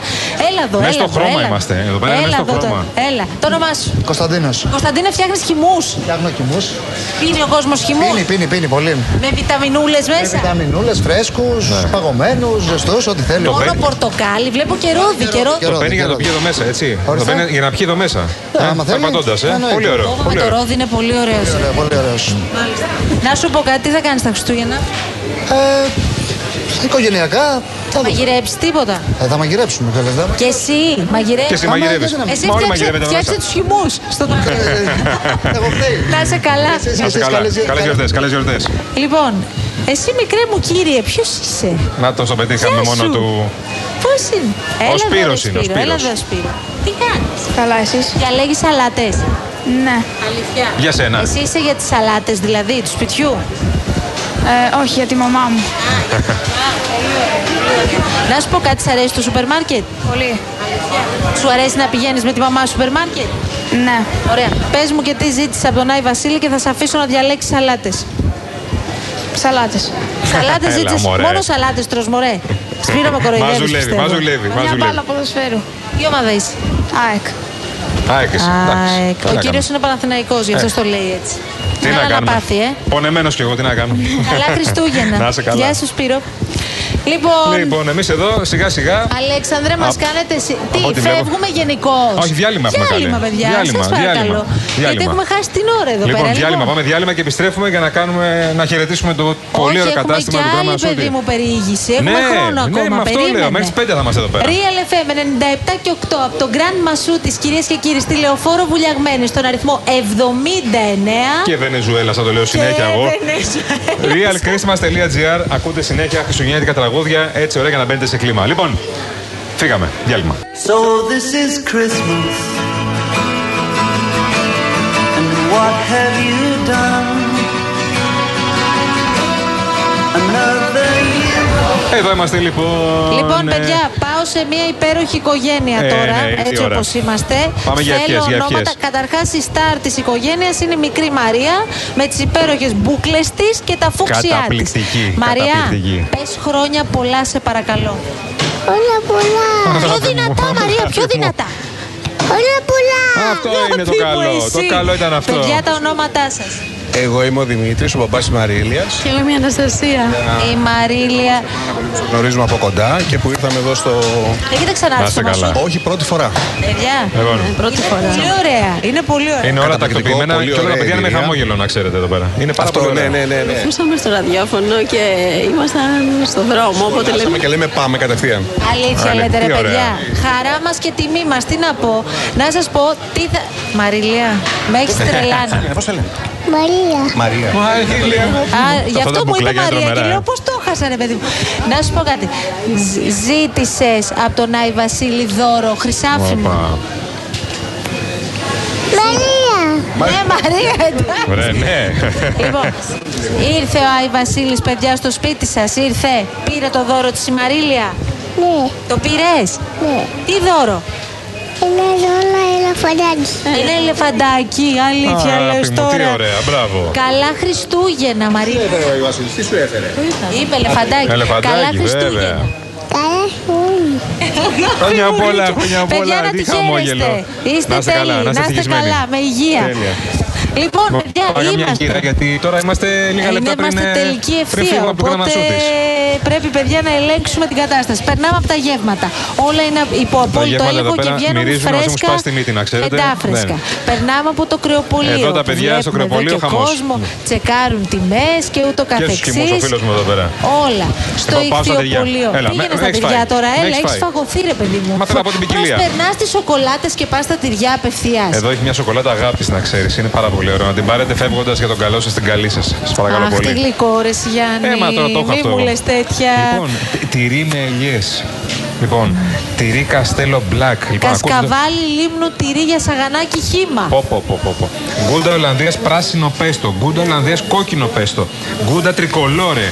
Speaker 1: Έλα εδώ,
Speaker 2: Μέσα
Speaker 1: έλα.
Speaker 2: στο
Speaker 1: εδώ,
Speaker 2: χρώμα
Speaker 1: έλα.
Speaker 2: είμαστε, εδώ πέρα είναι
Speaker 1: Έλα
Speaker 2: μέσα στο
Speaker 1: εδώ τώρα,
Speaker 2: χρώμα.
Speaker 1: Έλα. Το όνομά σου.
Speaker 10: Κωνσταντίνος.
Speaker 1: Κωνσταντίνε, φτιάχνεις χυμούς.
Speaker 10: Φτιάχνω κοιμού.
Speaker 1: Πίνει ο κόσμος χυμούς.
Speaker 10: Πίνει, πίνει, πίνει πολύ.
Speaker 1: Με βιταμινούλες μέσα.
Speaker 10: Βιταμινούλες, φρέσκους,
Speaker 2: Ναι.
Speaker 10: παγωμένους, ζεστούς, ό,τι θέλει.
Speaker 1: Μόνο πορτοκάλι, βλέπω και ρόδι. Και ρόδι.
Speaker 2: Το
Speaker 10: Καιρό,
Speaker 2: παίρνει για να το
Speaker 10: καιρό.
Speaker 2: πιει εδώ μέσα, έτσι. Το
Speaker 10: Ορίστε.
Speaker 2: παίρνει για να πιει εδώ μέσα.
Speaker 10: Ναι, άμα θέλεις.
Speaker 2: Περπατώντα, ε.
Speaker 10: Εννοείται.
Speaker 2: Πολύ ωραίο.
Speaker 1: Φόβο με
Speaker 2: πολύ
Speaker 1: το
Speaker 2: ωραίο.
Speaker 1: ρόδι είναι πολύ ωραίος.
Speaker 10: Ωραία, πολύ ωραίος.
Speaker 1: Να σου πω κάτι, τι θα κάνεις τα Χριστούγεννα.
Speaker 10: Ε, οικογενειακά θα δούμε.
Speaker 1: Μαγειρέψεις τίποτα.
Speaker 10: Ε, θα μαγειρέψουμε βέβαια.
Speaker 2: (laughs)
Speaker 1: Και εσύ
Speaker 2: Και
Speaker 1: μαγειρεύει.
Speaker 2: εσύ μαγειρεύει.
Speaker 10: δεν
Speaker 1: Εσύ
Speaker 2: Μα όλοι
Speaker 1: φτιάξε,
Speaker 2: μαγειρεύετε εδώ
Speaker 1: φτιάξε
Speaker 2: μέσα.
Speaker 1: τους χυμούς στο
Speaker 10: Ε, Εγώ φταίει.
Speaker 1: Να είσαι καλά.
Speaker 10: Εσείς
Speaker 2: Να είστε
Speaker 10: είστε
Speaker 2: καλά.
Speaker 10: καλές-
Speaker 2: Καλές γιορτές, καλές γιορτές.
Speaker 1: Λοιπόν, Εσύ μικρέ μου κύριε, ποιος είσαι.
Speaker 2: Να το στο πετύχαμε
Speaker 1: Γεια
Speaker 2: μόνο
Speaker 1: σου.
Speaker 2: του.
Speaker 1: Πώ είναι. Έλα εδώ,
Speaker 2: Σπύρος
Speaker 1: ρε
Speaker 2: είναι, ο
Speaker 1: Σπύρο, Έλα
Speaker 2: Σπύρος.
Speaker 1: εδώ, Σπύρο. Τι κάνεις.
Speaker 11: Καλά, εσείς.
Speaker 1: Διαλέγεις σαλάτες.
Speaker 11: Ναι.
Speaker 1: Αλήθεια.
Speaker 2: Για σένα.
Speaker 1: Εσύ είσαι για τις σαλάτες, δηλαδή του σπιτιού.
Speaker 11: Ε, όχι, για τη μαμά μου.
Speaker 1: Να σου πω κάτι, σ' αρέσει το σούπερ μάρκετ.
Speaker 11: Πολύ.
Speaker 1: Σου αρέσει να πηγαίνεις με τη μαμά σου σούπερ μάρκετ.
Speaker 11: Ναι.
Speaker 1: Ωραία. Πες μου και τι ζήτησε από τον Άι Βασίλη και θα σε αφήσω να διαλέξεις σαλάτες.
Speaker 11: Σαλάτες.
Speaker 1: Σαλάτες
Speaker 2: (laughs) Έλα,
Speaker 1: ζήτησες.
Speaker 2: μωρέ.
Speaker 1: Μόνο σαλάτες τρως, μωρέ. Σπύρο με κοροϊδεύεις,
Speaker 2: Μας δουλεύει,
Speaker 1: πιστεύω.
Speaker 2: μας δουλεύει, μας
Speaker 11: Μια
Speaker 2: δουλεύει.
Speaker 11: μπάλα ποδοσφαίρου.
Speaker 1: Τι ομάδα είσαι.
Speaker 11: ΑΕΚ.
Speaker 2: ΑΕΚ είσαι, εντάξει.
Speaker 1: ΑΕΚ. ε, Ο
Speaker 2: Τι να κάνουμε.
Speaker 1: κύριος είναι Παναθηναϊκός, γι' αυτό
Speaker 2: Ε.
Speaker 1: το λέει έτσι.
Speaker 2: Τι
Speaker 1: Καλά
Speaker 2: να κάνουμε.
Speaker 1: πάθει,
Speaker 2: (laughs)
Speaker 1: ε.
Speaker 2: Πονεμένος κι εγώ, τι να κάνω.
Speaker 1: Καλά Χριστούγεννα.
Speaker 2: να είσαι καλά.
Speaker 1: Γεια σου, Σπύρο. Λοιπόν,
Speaker 2: Λοιπόν, εμείς εδώ σιγά σιγά.
Speaker 1: Αλέξανδρε, μας
Speaker 2: Απ-
Speaker 1: κάνετε. συ- Τι,
Speaker 2: ό,τι βλέπω-
Speaker 1: φεύγουμε γενικώς.
Speaker 2: Όχι, διάλειμμα έχουμε κάνει.
Speaker 1: Διάλειμμα, παιδιά.
Speaker 2: Διάλειμμα,
Speaker 1: Σας παρακαλώ.
Speaker 2: διάλειμμα,
Speaker 1: Γιατί
Speaker 2: διάλειμμα.
Speaker 1: έχουμε χάσει την ώρα εδώ
Speaker 2: Λοιπόν,
Speaker 1: πέρα.
Speaker 2: διάλειμμα. Πάμε διάλειμμα και επιστρέφουμε για να, κάνουμε, να χαιρετήσουμε το πολύ
Speaker 1: Όχι,
Speaker 2: ωραίο
Speaker 1: έχουμε
Speaker 2: κατάστημα
Speaker 1: και
Speaker 2: του
Speaker 1: άλλη,
Speaker 2: Drama
Speaker 1: παιδί
Speaker 2: Shooting.
Speaker 1: μου, περιήγηση. Έχουμε
Speaker 2: ναι,
Speaker 1: χρόνο
Speaker 2: ναι,
Speaker 1: ακόμα.
Speaker 2: με αυτό
Speaker 1: περίμενε.
Speaker 2: λέω. Μέχρι τις 5 θα είμαστε εδώ πέρα.
Speaker 1: Real FM 97 και 8 από τον Grand Massού της κυρίες και κύριοι στη Λεωφόρο Βουλιαγμένη στον αριθμό 79.
Speaker 2: Και Βενεζουέλα, θα το λέω συνέχεια εγώ. realchristmas.gr Ακούτε συνέχεια χριστουγεννιάτικα τραγούδια έτσι ωραία για να μπαίνετε σε κλίμα. Λοιπόν, φύγαμε. Διάλειμμα.
Speaker 12: So this is Christmas. And what have you done? Another year.
Speaker 2: Εδώ είμαστε λοιπόν.
Speaker 1: Λοιπόν,
Speaker 2: Ε,
Speaker 1: παιδιά, πάω σε μια υπέροχη οικογένεια
Speaker 2: Ε,
Speaker 1: τώρα,
Speaker 2: ναι, ήρθε η
Speaker 1: έτσι
Speaker 2: ώρα.
Speaker 1: όπως είμαστε.
Speaker 2: Πάμε
Speaker 1: Θέλω
Speaker 2: για ευχές, για ευχές.
Speaker 1: ονόματα. Καταρχάς, η στάρ της οικογένειας είναι η μικρή Μαρία με τις υπέροχες μπουκλε της και τα φούξιά της.
Speaker 2: Καταπληκτική,
Speaker 1: Μαρία,
Speaker 2: καταπληκτική.
Speaker 1: πες χρόνια πολλά, σε παρακαλώ.
Speaker 13: Όλα πολλά.
Speaker 2: Αγάπη
Speaker 13: Πιο δυνατά, Μαρία, πιο δυνατά. Όλα πολλά.
Speaker 2: Αυτό είναι το καλό. Το καλό ήταν αυτό.
Speaker 1: Παιδιά, τα ονόματά σας.
Speaker 14: Εγώ είμαι ο Δημήτρης, ο παπά της Μαρίλιας.
Speaker 1: Και λέμε η Αναστασία. Η Μαρίλια.
Speaker 14: Γνωρίζουμε από κοντά και που ήρθαμε εδώ στο.
Speaker 1: Έχετε ξανάρθει στο Μασούτη.
Speaker 14: Όχι, πρώτη φορά.
Speaker 1: Παιδιά,
Speaker 2: Εγώ ναι.
Speaker 1: πρώτη φορά. Πολύ ωραία. Είναι πολύ ωραία.
Speaker 2: Είναι όλα
Speaker 14: Καταπληκτικό,
Speaker 2: τακτοποιημένα
Speaker 14: πολύ
Speaker 2: και όλα
Speaker 14: ωραία
Speaker 2: παιδιά είναι με
Speaker 14: εμπειρία.
Speaker 2: χαμόγελο, να ξέρετε εδώ πέρα. Είναι πάρα
Speaker 14: Αυτό,
Speaker 2: πολύ ωραία.
Speaker 14: ναι, ναι, ναι, ναι.
Speaker 8: Ακούσαμε στο ραδιόφωνο και ήμασταν στον δρόμο. Οπότε λέμε.
Speaker 14: Φτάσαμε και λέμε πάμε κατευθείαν.
Speaker 1: Αλήθεια
Speaker 14: Άρα,
Speaker 1: λέτε ρε
Speaker 14: τι ωραία.
Speaker 1: παιδιά. Χαρά μας και τιμή μας. Τι να πω. Να σας πω τι θα. Μαριλία, με έχεις
Speaker 2: (laughs)
Speaker 1: τρελάνει.
Speaker 2: Ε,
Speaker 14: Πώς σε λένε.
Speaker 13: Μαρία.
Speaker 14: Μαρία.
Speaker 2: Μαρία.
Speaker 1: Α, γι'
Speaker 2: Αυτά τα
Speaker 1: αυτό μου είπε
Speaker 2: μπουκλάκια είναι
Speaker 1: Μαρία και
Speaker 2: τρομερά,
Speaker 1: λέω
Speaker 2: ε.
Speaker 1: πώς το χάσα, ρε παιδί μου. Να σου πω κάτι. Ζήτησες από τον Άι Βασίλη δώρο χρυσάφινο.
Speaker 2: Οπα.
Speaker 13: Μαρία.
Speaker 1: Ναι, Μαρία, εντάξει.
Speaker 2: Ωραία, ναι.
Speaker 1: Λοιπόν, ήρθε ο Άι Βασίλης, παιδιά, στο σπίτι σας. Ήρθε, πήρε το δώρο της η Μαρίλια.
Speaker 13: Ναι,
Speaker 1: Το πήρες.
Speaker 13: ναι.
Speaker 1: Τι δώρο.
Speaker 13: Ένα ζώνα ελαφαντάκι.
Speaker 1: Είναι ελεφαντάκι, αλήθεια
Speaker 2: Αγάπη
Speaker 1: λες
Speaker 2: μου,
Speaker 1: τώρα.
Speaker 2: Τι ωραία, μπράβο.
Speaker 1: Καλά Χριστούγεννα, Μαρία.
Speaker 14: Έφερε ο Βασίλη, τι σου έφερε.
Speaker 1: Είπε ελεφαντάκι. Καλά
Speaker 2: Ελεφαντάκι,
Speaker 1: Χριστούγεννα.
Speaker 2: βέβαια.
Speaker 13: Καλά σου.
Speaker 2: Χρόνια πολλά, χρόνια
Speaker 1: Παιδιά,
Speaker 2: πολλά.
Speaker 1: να
Speaker 2: Τι
Speaker 1: τη
Speaker 2: χαμόγελο.
Speaker 1: χαίρεστε. Είστε τέλειοι. Να είστε
Speaker 2: ευτυχισμένοι.
Speaker 1: καλά, με υγεία.
Speaker 2: Τέλεια.
Speaker 1: Λοιπόν,
Speaker 2: Λοιπόν, Πάμε
Speaker 1: παιδιά,
Speaker 2: για μια γύρα
Speaker 1: είμαστε.
Speaker 2: γιατί τώρα είμαστε λίγα
Speaker 1: Ε,
Speaker 2: λεπτά πριν.
Speaker 1: είμαστε
Speaker 2: ε,
Speaker 1: τελική
Speaker 2: Πριν
Speaker 1: ευθεία.
Speaker 2: φύγουμε από
Speaker 1: Οπότε
Speaker 2: το πρόγραμμα σου
Speaker 1: πρέπει, παιδιά, να ελέγξουμε την κατάσταση. Περνάμε από τα γεύματα. Όλα είναι υπό απόλυτο
Speaker 2: γεύματα εδώ
Speaker 1: έλεγχο και
Speaker 2: πέρα
Speaker 1: βγαίνουν
Speaker 2: μυρίζουν, ας
Speaker 1: φρέσκα.
Speaker 2: μου σπάσει τη μύτη, να ξέρετε.
Speaker 1: Εντάφρεσκα.
Speaker 2: Ναι.
Speaker 1: Περνάμε από το κρεοπολείο.
Speaker 2: Εδώ τα
Speaker 1: που
Speaker 2: παιδιά στο
Speaker 1: βλέπουμε εδώ
Speaker 2: κρεοπολείο,
Speaker 1: και
Speaker 2: χαμός. Ναι.
Speaker 1: κόσμο τσεκάρουν τιμές και ούτω
Speaker 2: Και στους κοιμού ο φίλος
Speaker 1: καθεξή.
Speaker 2: μου εδώ πέρα.
Speaker 1: Όλα. Στο
Speaker 2: Εγώ πάω στα παιδιά.
Speaker 1: ηχθειοπολείο.
Speaker 2: Έλα,
Speaker 1: Πήγαινε
Speaker 2: με-
Speaker 1: στα
Speaker 2: έχεις
Speaker 1: παιδιά
Speaker 2: φάει.
Speaker 1: τώρα.
Speaker 2: Με
Speaker 1: Έλα,
Speaker 2: έχεις
Speaker 1: έχει
Speaker 2: φάει.
Speaker 1: φαγωθεί, ρε παιδί μου.
Speaker 2: Μα θέλω να πω την ποικιλία.
Speaker 1: περνάς τις σοκολάτες και πας στα τυριά απευθείας.
Speaker 2: Εδώ έχει μια σοκολάτα αγάπης, να ξέρεις. Είναι πάρα πολύ ωραίο. Να την πάρετε φεύγοντας για τον καλό σας, την καλή σας. Σας παρακαλώ
Speaker 1: Αχ, τι
Speaker 2: πολύ.
Speaker 1: γλυκό, ρε Γιάννη.
Speaker 2: Ε, μα τώρα το έχω
Speaker 1: Μη
Speaker 2: αυτό.
Speaker 1: μου λες τέτοια.
Speaker 2: Λοιπόν,
Speaker 1: Ε,
Speaker 2: τυ- τυρί με ελιές. Λοιπόν, τυρί καστέλο μπλακ. Λοιπόν, ακούστε-
Speaker 1: Κασκαβάλι, λίμνο, τυρί για σαγανάκι χύμα.
Speaker 2: Πω, πω, πω, πω, πω. Γκούντα Ολλανδίας πράσινο πέστο. Γκούντα Ολλανδίας κόκκινο πέστο. Γκούντα τρικολόρε.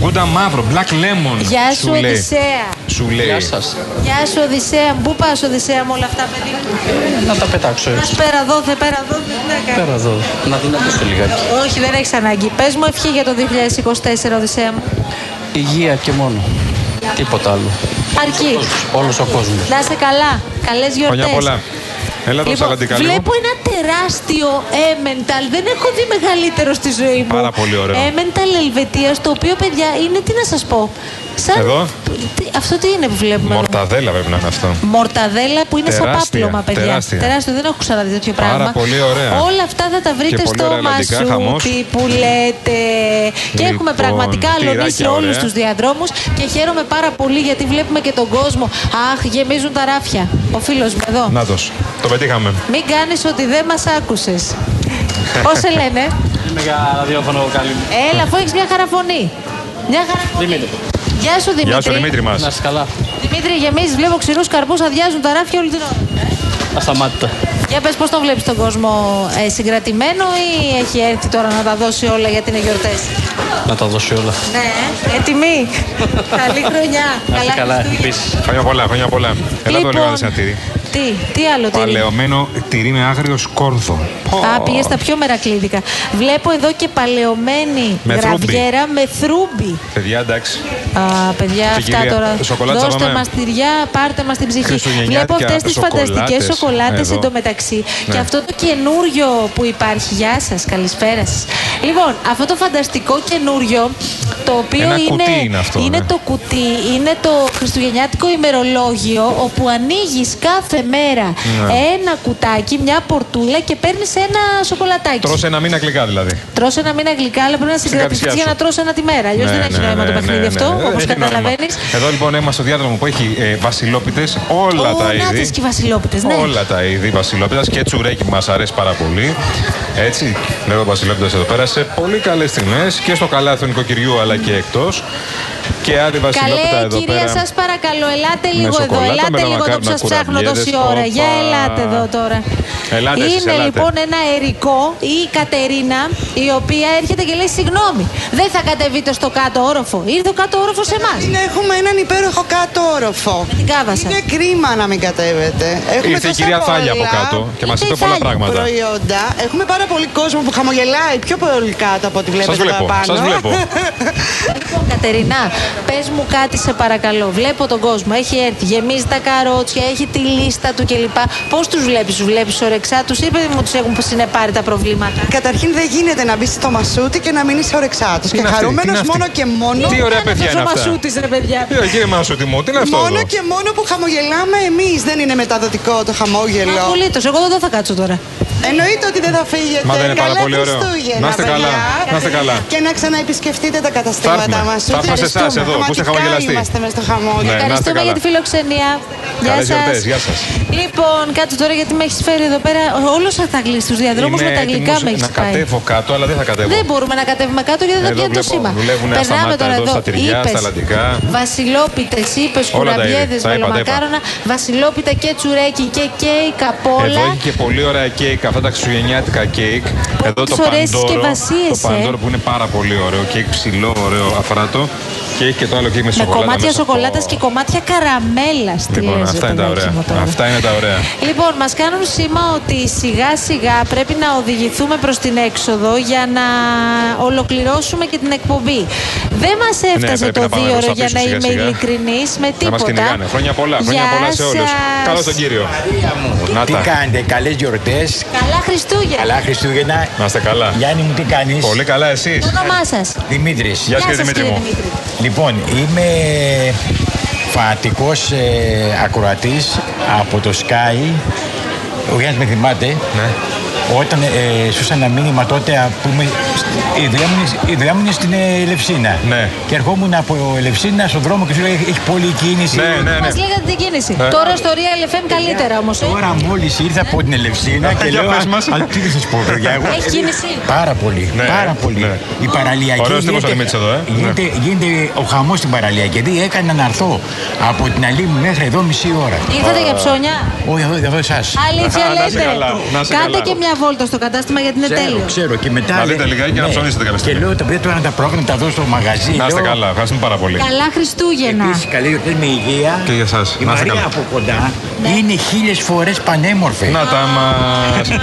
Speaker 2: Γκούντα μαύρο. Black lemon.
Speaker 1: Γεια σου,
Speaker 2: λέει.
Speaker 1: Οδυσσέα.
Speaker 2: Σου λέει. Γεια σας.
Speaker 1: Γεια σου, Οδυσσέα. Πού πας, Οδυσσέα, με όλα αυτά, παιδί μου.
Speaker 15: Να τα πετάξω
Speaker 2: Ε.
Speaker 1: Πας
Speaker 15: έτσι.
Speaker 1: πέρα εδώ, θε πέρα εδώ, δεν
Speaker 15: Πέρα εδώ. Να δυνατήσω λιγάκι.
Speaker 1: Όχι, δεν έχεις ανάγκη. Πες μου, ευχή για το 2024, Οδυσσέα μου.
Speaker 15: Υγεία και μόνο. Τίποτα άλλο.
Speaker 1: Αρκεί.
Speaker 15: Όλος ο κόσμος.
Speaker 1: Να είσαι καλά. Καλές
Speaker 2: Χρόνια
Speaker 1: γιορτέ.
Speaker 2: πολλά. Έλα το σαλαντικά λίγο.
Speaker 1: Λοιπόν, βλέπω ένα τεράστιο Emmental. Δεν έχω δει μεγαλύτερο στη ζωή μου.
Speaker 2: Πάρα πολύ ωραίο.
Speaker 1: Emmental Ελβετίας, το οποίο παιδιά είναι, τι να σας πω. Σαν...
Speaker 2: Εδώ.
Speaker 1: Τι- αυτό τι είναι που βλέπουμε. εδώ?
Speaker 2: Μορταδέλα πρέπει να είναι αυτό.
Speaker 1: Μορταδέλα που είναι σαν
Speaker 2: Τεράστια,
Speaker 1: πάπλωμα, παιδιά.
Speaker 2: τεράστια.
Speaker 1: Τεράστιο, δεν έχω ξαναδεί τέτοιο
Speaker 2: Πάρα
Speaker 1: πράγμα.
Speaker 2: πολύ ωραία.
Speaker 1: Όλα αυτά θα τα βρείτε
Speaker 2: Και πολύ
Speaker 1: στο
Speaker 2: ωραία ελληνικά, χαμός.
Speaker 1: μασούτι που λέτε. και έχουμε
Speaker 2: Λοιπόν,
Speaker 1: πραγματικά
Speaker 2: τυράκια
Speaker 1: αλωνίσει
Speaker 2: ωραία.
Speaker 1: όλου τους διαδρόμους και χαίρομαι πάρα πολύ γιατί βλέπουμε και τον κόσμο. Αχ, γεμίζουν τα ράφια. Ο φίλος μου εδώ.
Speaker 2: Νάτος, το πετύχαμε.
Speaker 1: Μην κάνεις ότι δεν μας άκουσες. Πώς σε λένε.
Speaker 15: Είναι για ραδιόφωνο καλή.
Speaker 1: Έλα, αφού έχεις μια χαραφωνή. Μια χαρά.
Speaker 15: Δημήτρη.
Speaker 1: Γεια σου Δημήτρη.
Speaker 2: Γεια σου, Δημήτρη μας.
Speaker 15: Να είσαι καλά.
Speaker 1: Δημήτρη, γεμίζεις, βλέπω ξηρούς καρπούς, αδειάζουν τα ράφια όλη την ώρα.
Speaker 15: Ασταμάτητα.
Speaker 1: Για πες πώς τον βλέπεις τον κόσμο ε, συγκρατημένο ή έχει έρθει τώρα να τα δώσει όλα γιατί είναι γιορτές.
Speaker 15: Να τα δώσει όλα.
Speaker 1: Ναι, (laughs) έτοιμοι. Καλή χρονιά.
Speaker 15: Να είσαι καλά,
Speaker 1: Χριστούγεννα.
Speaker 15: επίσης.
Speaker 2: Χρόνια πολλά, χρόνια πολλά. Ελά το λίγο
Speaker 1: Λοιπόν,
Speaker 2: να δεις ένα τυρί.
Speaker 1: Τι, τι άλλο τι είναι.
Speaker 2: Παλαιωμένο τυρί με άγριο σκόρδο.
Speaker 1: Α, πήγες στα πιο μερακλίδικα. Βλέπω εδώ και παλαιωμένη
Speaker 2: Με θρούμπι.
Speaker 1: γραβιέρα με θρούμπι.
Speaker 2: Παιδιά, εντάξει.
Speaker 1: Α, παιδιά,
Speaker 2: Τι,
Speaker 1: αυτά
Speaker 2: κυρία,
Speaker 1: τώρα.
Speaker 2: σοκολάτσα
Speaker 1: Δώστε
Speaker 2: πάμε.
Speaker 1: μας τυριά, πάρτε μας την ψυχή.
Speaker 2: Χριστουγεννιάτικα
Speaker 1: Βλέπω αυτές τις φανταστικές
Speaker 2: σοκολάτες
Speaker 1: σοκολάτε
Speaker 2: εδώ.
Speaker 1: εντωμεταξύ.
Speaker 2: Ναι.
Speaker 1: Και αυτό το καινούριο που υπάρχει. Γεια σας, καλησπέρα σας. Λοιπόν, αυτό το φανταστικό καινούριο, το οποίο
Speaker 2: Ένα
Speaker 1: είναι,
Speaker 2: κουτί είναι αυτό,
Speaker 1: είναι
Speaker 2: ναι.
Speaker 1: το κουτί, είναι το χριστουγεννιάτικο ημερολόγιο, όπου ανοίγεις κάθε μέρα
Speaker 2: Ναι.
Speaker 1: ένα κουτάκι, μια πορτούλα και παίρνεις ένα σοκολατάκι.
Speaker 2: Τρως ένα μήνα γλυκά δηλαδή.
Speaker 1: Τρώσω ένα μήνα γλυκά, αλλά πρέπει να συγκρατηθείς
Speaker 2: καρδιά
Speaker 1: για
Speaker 2: σου.
Speaker 1: να τρώσω ένα τη μέρα. Αλλιώς
Speaker 2: Ναι,
Speaker 1: δεν έχει
Speaker 2: ναι,
Speaker 1: νόημα
Speaker 2: ναι,
Speaker 1: το
Speaker 2: ναι,
Speaker 1: παιχνίδι
Speaker 2: ναι,
Speaker 1: αυτό,
Speaker 2: ναι,
Speaker 1: όπως
Speaker 2: έχει νόημα.
Speaker 1: καταλαβαίνεις.
Speaker 2: Εδώ λοιπόν είμαστε στο διάδρομο που έχει ε, βασιλόπιτες, όλα τα
Speaker 1: Όλα
Speaker 2: είδη.
Speaker 1: τις και οι βασιλόπιτες, ναι.
Speaker 2: Όλα τα είδη βασιλόπιτας και τσουρέκι που μας αρέσει πάρα πολύ. Έτσι, λέω βασιλόπιτας εδώ πέρα σε πολύ καλές τιμέ και στο καλάθι του νοικοκυριού αλλά και εκτός. Και άλλη βασιλόπιτα
Speaker 1: Καλέ,
Speaker 2: εδώ
Speaker 1: κυρία,
Speaker 2: πέρα.
Speaker 1: σας παρακαλώ, ελάτε
Speaker 2: Με
Speaker 1: λίγο εδώ.
Speaker 2: σοκολάτα, με
Speaker 1: Ελάτε λίγο εδώ που
Speaker 2: λαμακάρονα,
Speaker 1: σα ψάχνω τόση
Speaker 2: κουραμπιέδες.
Speaker 1: ώρα. Για
Speaker 2: Οπα.
Speaker 1: ελάτε εδώ τώρα.
Speaker 2: Ελάτε εσείς,
Speaker 1: Είναι
Speaker 2: ελάτε.
Speaker 1: λοιπόν ένα ερικό ή η Κατερίνα η οποία έρχεται και λέει συγγνώμη. Δεν θα κατεβείτε στο κάτω όροφο. Ήρθε ο κάτω όροφος σε εμάς.
Speaker 16: Είναι, έχουμε έναν υπέροχο κάτω όροφο.
Speaker 1: Την κάβασα.
Speaker 16: Είναι κρίμα να μην κατέβετε. Έχουμε
Speaker 2: Ήρθε η
Speaker 16: τόσα
Speaker 2: κυρία
Speaker 16: πολλά
Speaker 2: Θάλια από κάτω και μας
Speaker 16: Ήρθε
Speaker 2: είπε
Speaker 16: η
Speaker 2: πολλά
Speaker 16: Θάλια.
Speaker 2: πράγματα.
Speaker 16: Προϊόντα. Έχουμε πάρα πολύ κόσμο που χαμογελάει πιο πολύ κάτω από ό,τι βλέπετε
Speaker 2: Σας βλέπω,
Speaker 16: παραπάνω.
Speaker 2: σας
Speaker 7: (laughs)
Speaker 2: βλέπω.
Speaker 1: Λοιπόν, Κατερινά, πες μου κάτι σε παρακαλώ. Βλέπω τον κόσμο. Έχει έρθει, γεμίζει τα καρότσια, έχει τη λίστα του κλπ. Πώς τους βλέπεις, τους βλέπεις ορεξά τους ή παιδί μου τους έχουν συνεπάρει τα προβλήματα.
Speaker 16: Καταρχήν δεν γίνεται να μπει στο μασούτι και να μην είσαι ορεξά τους. Και
Speaker 2: είναι αυτή, τι
Speaker 16: χαρούμενο
Speaker 2: είναι αυτή.
Speaker 16: μόνο και μόνο.
Speaker 2: Τι ωραία παιδιά είναι αυτά.
Speaker 1: Μασούτης, ρε παιδιά.
Speaker 2: Ε, Κύριε Μασούτη μου, τι είναι αυτό
Speaker 16: Μόνο
Speaker 2: εδώ.
Speaker 16: και μόνο που χαμογελάμε εμείς. Δεν είναι μεταδοτικό το χαμόγελο.
Speaker 1: Απολύτως. Εγώ δεν θα κάτσω
Speaker 2: Ναι,
Speaker 1: τώρα.
Speaker 16: Εννοείται ότι δεν θα φύγετε.
Speaker 2: Μα δεν είναι πάρα
Speaker 16: Καλά
Speaker 2: πολύ ωραίο.
Speaker 16: Χριστούγεννα,
Speaker 2: Να είστε καλά,
Speaker 16: παιδιά.
Speaker 2: να είστε καλά.
Speaker 16: Και να ξαναεπισκεφτείτε τα
Speaker 2: Θα
Speaker 16: καταστήματα
Speaker 2: έρθουμε.
Speaker 16: μα.
Speaker 2: Θα έρθουμε σε εσάς εδώ, που είστε χαμογελαστοί.
Speaker 16: Είμαστε μέσα στο χαμόγελο.
Speaker 2: Ναι, να είστε
Speaker 1: Ευχαριστούμε
Speaker 2: καλά.
Speaker 1: για τη φιλοξενία. Γεια
Speaker 2: Καλές γιορτές,
Speaker 1: σα.
Speaker 2: γεια σας.
Speaker 1: Λοιπόν, κάτσε τώρα γιατί με έχεις φέρει εδώ πέρα όλος αταγλί στου διαδρόμους
Speaker 2: Είμαι
Speaker 1: με τα γλυκά
Speaker 2: έτοιμος
Speaker 1: με έχεις
Speaker 2: να
Speaker 1: πάει.
Speaker 2: κατέβω κάτω, αλλά δεν θα κατέβω.
Speaker 1: Δεν μπορούμε να κατέβουμε κάτω γιατί δεν
Speaker 2: Εδώ
Speaker 1: πιάνει το
Speaker 2: βλέπω,
Speaker 1: σήμα.
Speaker 2: δουλεύουν
Speaker 1: Περνάμε
Speaker 2: ασταμάτητα
Speaker 1: τώρα
Speaker 2: εδώ
Speaker 1: εδώ.
Speaker 2: στα τυριά, στα λαντικά.
Speaker 1: Βασιλόπιτες, είπες,
Speaker 2: Όλα τα είδη.
Speaker 1: κουραμπιέδε,
Speaker 2: Τα είπα, τα είπα.
Speaker 1: μελομακάρονα, βασιλόπιτα και τσουρέκι και κέικ από
Speaker 2: Εδώ έχει
Speaker 1: όλα.
Speaker 2: και πολύ ωραία κέικ, αυτά τα χριστουγεννιάτικα κέικ. Εδώ το
Speaker 1: τις ωραίες
Speaker 2: παντόρο,
Speaker 1: συσκευασίες,
Speaker 2: το παντόρο
Speaker 1: ε.
Speaker 2: που είναι πάρα πολύ ωραίο κέικ, ψηλό, ωραίο, αφράτο. Και έχει και το άλλο κέικ με
Speaker 1: Με
Speaker 2: σοκολάτα.
Speaker 1: κομμάτια
Speaker 2: μέσα.
Speaker 1: σοκολάτας και κομμάτια καραμέλα. Τι
Speaker 2: Λοιπόν,
Speaker 1: λες,
Speaker 2: αυτά
Speaker 1: ρε
Speaker 2: είναι τα
Speaker 1: παιδάκι
Speaker 2: ωραία.
Speaker 1: μου τώρα.
Speaker 2: Αυτά είναι τα ωραία.
Speaker 1: Λοιπόν, μας κάνουν σήμα ότι σιγά σιγά πρέπει να οδηγηθούμε προς την έξοδο για να ολοκληρώσουμε και την εκπομπή. Δεν μας έφτασε
Speaker 2: Ναι, πρέπει
Speaker 1: το
Speaker 2: να πάμε
Speaker 1: δύο
Speaker 2: προς
Speaker 1: ώρο
Speaker 2: τα
Speaker 1: για
Speaker 2: πίσω
Speaker 1: να είμαι
Speaker 2: σιγά-σιγά.
Speaker 1: ειλικρινής με
Speaker 2: Να μας
Speaker 1: τίποτα.
Speaker 2: κυνηγάνε. Χρόνια πολλά, χρόνια
Speaker 1: Γεια
Speaker 2: πολλά σε όλους.
Speaker 1: σας.
Speaker 2: Καλώς τον κύριο. Να
Speaker 17: Τι
Speaker 2: τα.
Speaker 17: κάνετε, καλές γιορτές.
Speaker 1: Καλά Χριστούγεννα.
Speaker 17: Καλά Χριστούγεννα.
Speaker 2: Να είστε καλά.
Speaker 17: Γιάννη μου, τι κάνεις.
Speaker 2: Πολύ καλά εσείς.
Speaker 1: Το όνομά σας.
Speaker 17: Δημήτρης.
Speaker 2: Γεια σας, Γεια σας, κύριε κύριε Δημήτρη Ναι, μου.
Speaker 17: Λοιπόν, είμαι φανατικός ε, ακροατής από το Sky. Ο Γιάννης με θυμάται.
Speaker 2: Ναι.
Speaker 17: Όταν ε, σου έστειλα ένα μήνυμα τότε που είμαι, σ- η δουλειά μου είναι- η δουλειά μου είναι στην ε, Ελευσίνα.
Speaker 2: Ναι.
Speaker 17: Και ερχόμουν από Ελευσίνα στον δρόμο και σου λέει έχει πολλή κίνηση.
Speaker 2: Ναι,
Speaker 1: Μας λέγατε την κίνηση.
Speaker 17: Ε.
Speaker 1: Τώρα στο Real FM καλύτερα ε. όμω.
Speaker 17: Τώρα μόλις ήρθα από την Ελευσίνα και
Speaker 2: Για
Speaker 17: λέω.
Speaker 2: πες
Speaker 17: «Α,
Speaker 2: μας».
Speaker 17: α, Τι να σα πω, παιδιά. εγώ-
Speaker 1: Έχει κίνηση.
Speaker 17: Πάρα πολύ. πάρα πολύ. Η παραλιακή.
Speaker 2: Ναι, Ωραίος τύπος ο
Speaker 17: γίνεται-
Speaker 2: Δημήτρης εδώ, ε.
Speaker 17: Γίνεται, γίνεται ο χαμός στην παραλία. Γιατί έκανα να έρθω από την άλλη μου μέχρι εδώ μισή ώρα.
Speaker 1: Ήρθατε για ψώνια.
Speaker 17: Όχι, εδώ, εδώ εσάς.
Speaker 1: Αλήθεια
Speaker 17: Α, να είστε
Speaker 1: λέτε.
Speaker 17: καλά, να είστε
Speaker 1: Κάντε
Speaker 17: καλά.
Speaker 1: και μια βόλτα στο κατάστημα γιατί είναι
Speaker 17: Ξέρω,
Speaker 1: τέλειος.
Speaker 17: ξέρω. Και μετά.
Speaker 2: Να
Speaker 17: λέω-
Speaker 2: δείτε λιγάκι και να
Speaker 17: ναι.
Speaker 2: ψωνίσετε κάποια
Speaker 17: Και
Speaker 2: στιγμή.
Speaker 17: λέω τα παιδιά τώρα να τα πρόβω να τα δω στο μαγαζί.
Speaker 2: Να είστε
Speaker 17: Λέω,
Speaker 2: καλά, ευχαριστούμε πάρα πολύ.
Speaker 1: Καλά Χριστούγεννα.
Speaker 17: Επίσης, καλή γιορτή με υγεία.
Speaker 2: Και για σας.
Speaker 17: Η
Speaker 2: Να είστε
Speaker 17: Μαρία
Speaker 2: καλά.
Speaker 17: από κοντά
Speaker 1: Ναι.
Speaker 17: είναι χίλιες φορές πανέμορφη.
Speaker 2: Να τα μας.
Speaker 1: Μάλιστα,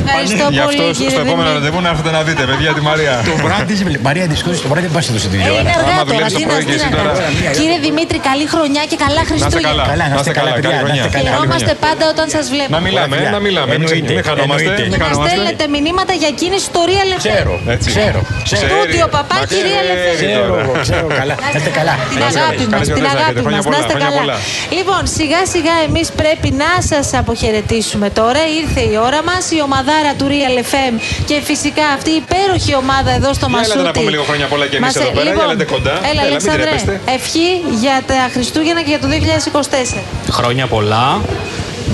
Speaker 1: ευχαριστώ
Speaker 2: Γι' αυτό
Speaker 1: πολύ
Speaker 2: στο
Speaker 1: κύριε
Speaker 2: επόμενο
Speaker 1: Δημήτρη.
Speaker 2: ραντεβού να έρθετε να δείτε, παιδιά, τη Μαρία.
Speaker 17: Το βράδυ, της- Μαρία, δυστυχώ το βράδυ δεν πας εδώ στη
Speaker 1: Ε,
Speaker 17: δουλειά.
Speaker 1: Είναι αργά
Speaker 2: Άμα
Speaker 1: τώρα,
Speaker 2: δουλεύεις
Speaker 1: τι
Speaker 2: το
Speaker 1: να
Speaker 2: πρωί και εσύ τώρα.
Speaker 1: ναι. Κύριε Δημήτρη, καλή χρονιά και καλά
Speaker 2: Να είστε καλά.
Speaker 1: Χριστούγεννα.
Speaker 17: Καλά, να είστε
Speaker 2: καλή
Speaker 17: καλά, παιδιά, να
Speaker 2: χρονιά.
Speaker 17: είστε καλά.
Speaker 1: Χαιρόμαστε πάντα όταν σας
Speaker 2: Να
Speaker 1: βλέπουμε.
Speaker 2: μιλάμε,
Speaker 17: Ωραία.
Speaker 2: να μιλάμε. Μην
Speaker 17: Εννοείται,
Speaker 2: ξε- Μην χανόμαστε.
Speaker 17: εννοείται.
Speaker 2: μην
Speaker 1: Να
Speaker 2: χανόμαστε.
Speaker 1: στέλνετε μηνύματα για κίνηση στο Real FM.
Speaker 17: Ξέρω,
Speaker 2: Έτσι.
Speaker 17: ξέρω, ξέρω.
Speaker 1: Τούτιο παπά,
Speaker 2: Μα
Speaker 1: κυρία
Speaker 2: ξέρει
Speaker 1: Ελευθερία.
Speaker 17: Ξέρω,
Speaker 2: τώρα.
Speaker 17: εγώ, ξέρω καλά. Να είστε καλά.
Speaker 1: Την
Speaker 17: Να είστε καλά.
Speaker 1: αγάπη μα,
Speaker 2: Καλές
Speaker 1: την
Speaker 2: γιορτές,
Speaker 1: αγάπη
Speaker 2: Άγγελε.
Speaker 1: μα.
Speaker 2: Χρόνια
Speaker 1: Να είστε
Speaker 2: πολλά,
Speaker 1: καλά.
Speaker 2: χρόνια
Speaker 1: Λοιπόν, σιγά σιγά εμείς πρέπει να σας αποχαιρετήσουμε τώρα. Ήρθε η ώρα μας, η ομαδάρα του Real FM και φυσικά αυτή η υπέροχη ομάδα εδώ στο
Speaker 2: Για έλατε
Speaker 1: Μασούτι.
Speaker 2: να πούμε λίγο χρόνια πολλά κι εμείς
Speaker 1: Μας,
Speaker 2: εδώ
Speaker 1: ε,
Speaker 2: πέρα, για
Speaker 1: λοιπόν,
Speaker 2: έλατε κοντά. Έλα,
Speaker 1: Έλα,
Speaker 2: μην
Speaker 1: Αλεξάνδρε,
Speaker 2: τρέπεστε.
Speaker 1: ευχή για τα Χριστούγεννα και για το 2024.
Speaker 4: Χρόνια πολλά.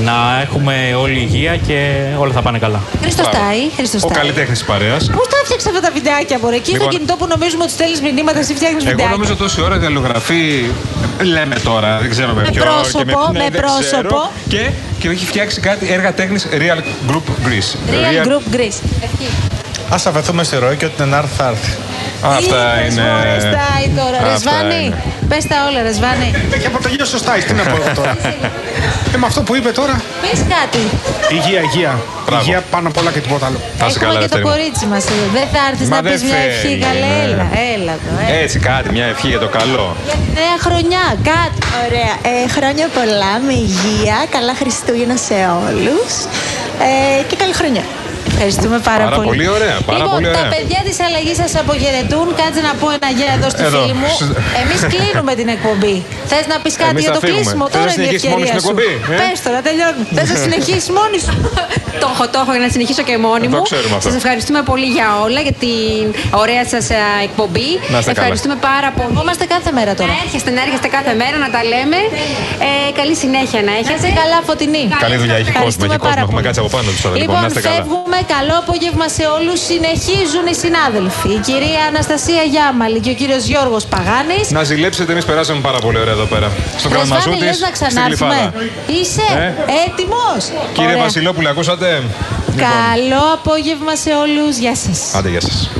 Speaker 4: Να έχουμε όλη υγεία και όλα θα πάνε καλά.
Speaker 1: Χριστοστάι,
Speaker 2: Ο
Speaker 1: Χριστοστάι.
Speaker 2: καλλιτέχνης της παρέας.
Speaker 1: Πώς τα φτιάξε αυτά τα βιντεάκια από εκεί
Speaker 2: Λοιπόν-
Speaker 1: στο κινητό που νομίζουμε ότι στέλνεις μηνύματα, εσύ φτιάχνεις
Speaker 2: Εγώ
Speaker 1: βιντεάκια.
Speaker 2: νομίζω τόση ώρα διαλογραφή. Λέμε τώρα, δεν ξέρω με,
Speaker 1: Με
Speaker 2: ποιο.
Speaker 1: πρόσωπο,
Speaker 2: ποιον,
Speaker 1: με
Speaker 2: δεν
Speaker 1: πρόσωπο.
Speaker 2: ξέρω. Και, και έχει φτιάξει κάτι έργα τέχνης Real Group Greece.
Speaker 1: Real Group Greece.
Speaker 14: Α αφαιθούμε στη ροή και ό,τι είναι να έρθει, θα έρθει.
Speaker 2: Αυτά είναι.
Speaker 1: Χριστάει τώρα.
Speaker 14: Αυτά
Speaker 1: Ρεσβάνη,
Speaker 14: είναι.
Speaker 1: πες τα όλα, Ρεσβάνη.
Speaker 14: Και από το γύρο σωστά, τι να πω εγώ τώρα. ε, με αυτό που είπε τώρα.
Speaker 1: Πες κάτι.
Speaker 14: Υγεία, υγεία. Υγεία πάνω απ' όλα και τίποτα άλλο.
Speaker 1: Έχουμε και το κορίτσι μας. Δεν θα έρθεις
Speaker 2: Μα
Speaker 1: να πει
Speaker 2: δεν
Speaker 1: μια ευχή,
Speaker 2: θέλει,
Speaker 1: καλέ.
Speaker 2: ναι.
Speaker 1: Έλα, έλα εδώ. έλα.
Speaker 2: Έτσι, κάτι, μια ευχή για το καλό.
Speaker 1: Νέα χρονιά, κάτι.
Speaker 18: Ωραία. Ε, χρόνια πολλά, με υγεία, καλά Χριστούγεννα σε όλους ε, και καλή χρονιά.
Speaker 1: Ευχαριστούμε πάρα,
Speaker 2: Πάρα πολύ ωραία, πάρα
Speaker 1: λοιπόν,
Speaker 2: πολύ ωραία.
Speaker 1: τα παιδιά της αλλαγής σας αποχαιρετούν. Κάτσε να πω ένα γεια εδώ στη
Speaker 2: Εδώ.
Speaker 1: φίλη μου. Εμείς κλείνουμε την εκπομπή. Θες να πεις κάτι
Speaker 2: Εμείς
Speaker 1: για
Speaker 2: θα
Speaker 1: το
Speaker 2: φύγουμε.
Speaker 1: κλείσιμο,
Speaker 2: Θες να
Speaker 1: τώρα είναι η
Speaker 2: συνεχίσεις μόνη
Speaker 1: ευκαιρία
Speaker 2: στην
Speaker 1: σου.
Speaker 2: εκπομπή, ε?
Speaker 1: Πες τώρα, τελειώνουμε. Θες να συνεχίσεις μόνη
Speaker 2: (laughs)
Speaker 1: σου.
Speaker 9: το έχω, το έχω για να συνεχίσω και μόνη
Speaker 2: Ε, Το
Speaker 9: μου.
Speaker 2: ξέρουμε αυτό.
Speaker 9: Σας ευχαριστούμε πολύ για όλα, για την ωραία σας ε, εκπομπή.
Speaker 2: Να είστε καλά.
Speaker 9: ευχαριστούμε πάρα πολύ.
Speaker 1: Είμαστε κάθε μέρα τώρα.
Speaker 9: Να έρχεστε, να έρχεστε κάθε μέρα, να τα λέμε. Ε, καλή συνέχεια να έχετε.
Speaker 1: καλά, φωτεινή.
Speaker 2: Καλή δουλειά, έχει κόσμο, έχει
Speaker 1: Ευχαριστούμε
Speaker 2: κόσμο.
Speaker 1: πάρα
Speaker 2: Έχουμε
Speaker 1: πολύ.
Speaker 2: κάτσει από πάνω τους τώρα. Λοιπόν, να
Speaker 1: Λοιπόν,
Speaker 2: είστε καλά.
Speaker 1: φεύγουμε. Καλό απόγευμα σε όλους. Συνεχίζουν οι συνάδελφοι. Η κυρία Αναστασία Γιάμαλη και ο κύριος Γιώργος Παγάνης.
Speaker 2: Να ζηλέψετε, εμείς περάσαμε πάρα πολύ ωραία εδώ πέρα. Στο
Speaker 1: Ρεσβάνη,
Speaker 2: Καλαμαζούτη,
Speaker 1: λες να
Speaker 2: στην
Speaker 1: ξανάρθουμε.
Speaker 2: Κλειφάδα.
Speaker 1: Είσαι
Speaker 2: Ε.
Speaker 1: έτοιμος.
Speaker 2: Κύριε λοιπόν.
Speaker 1: Ωραία.
Speaker 2: Βασιλόπουλε, ακούσατε.
Speaker 1: Καλό απόγευμα σε όλους. Γεια σας.
Speaker 2: Άντε, γεια σας.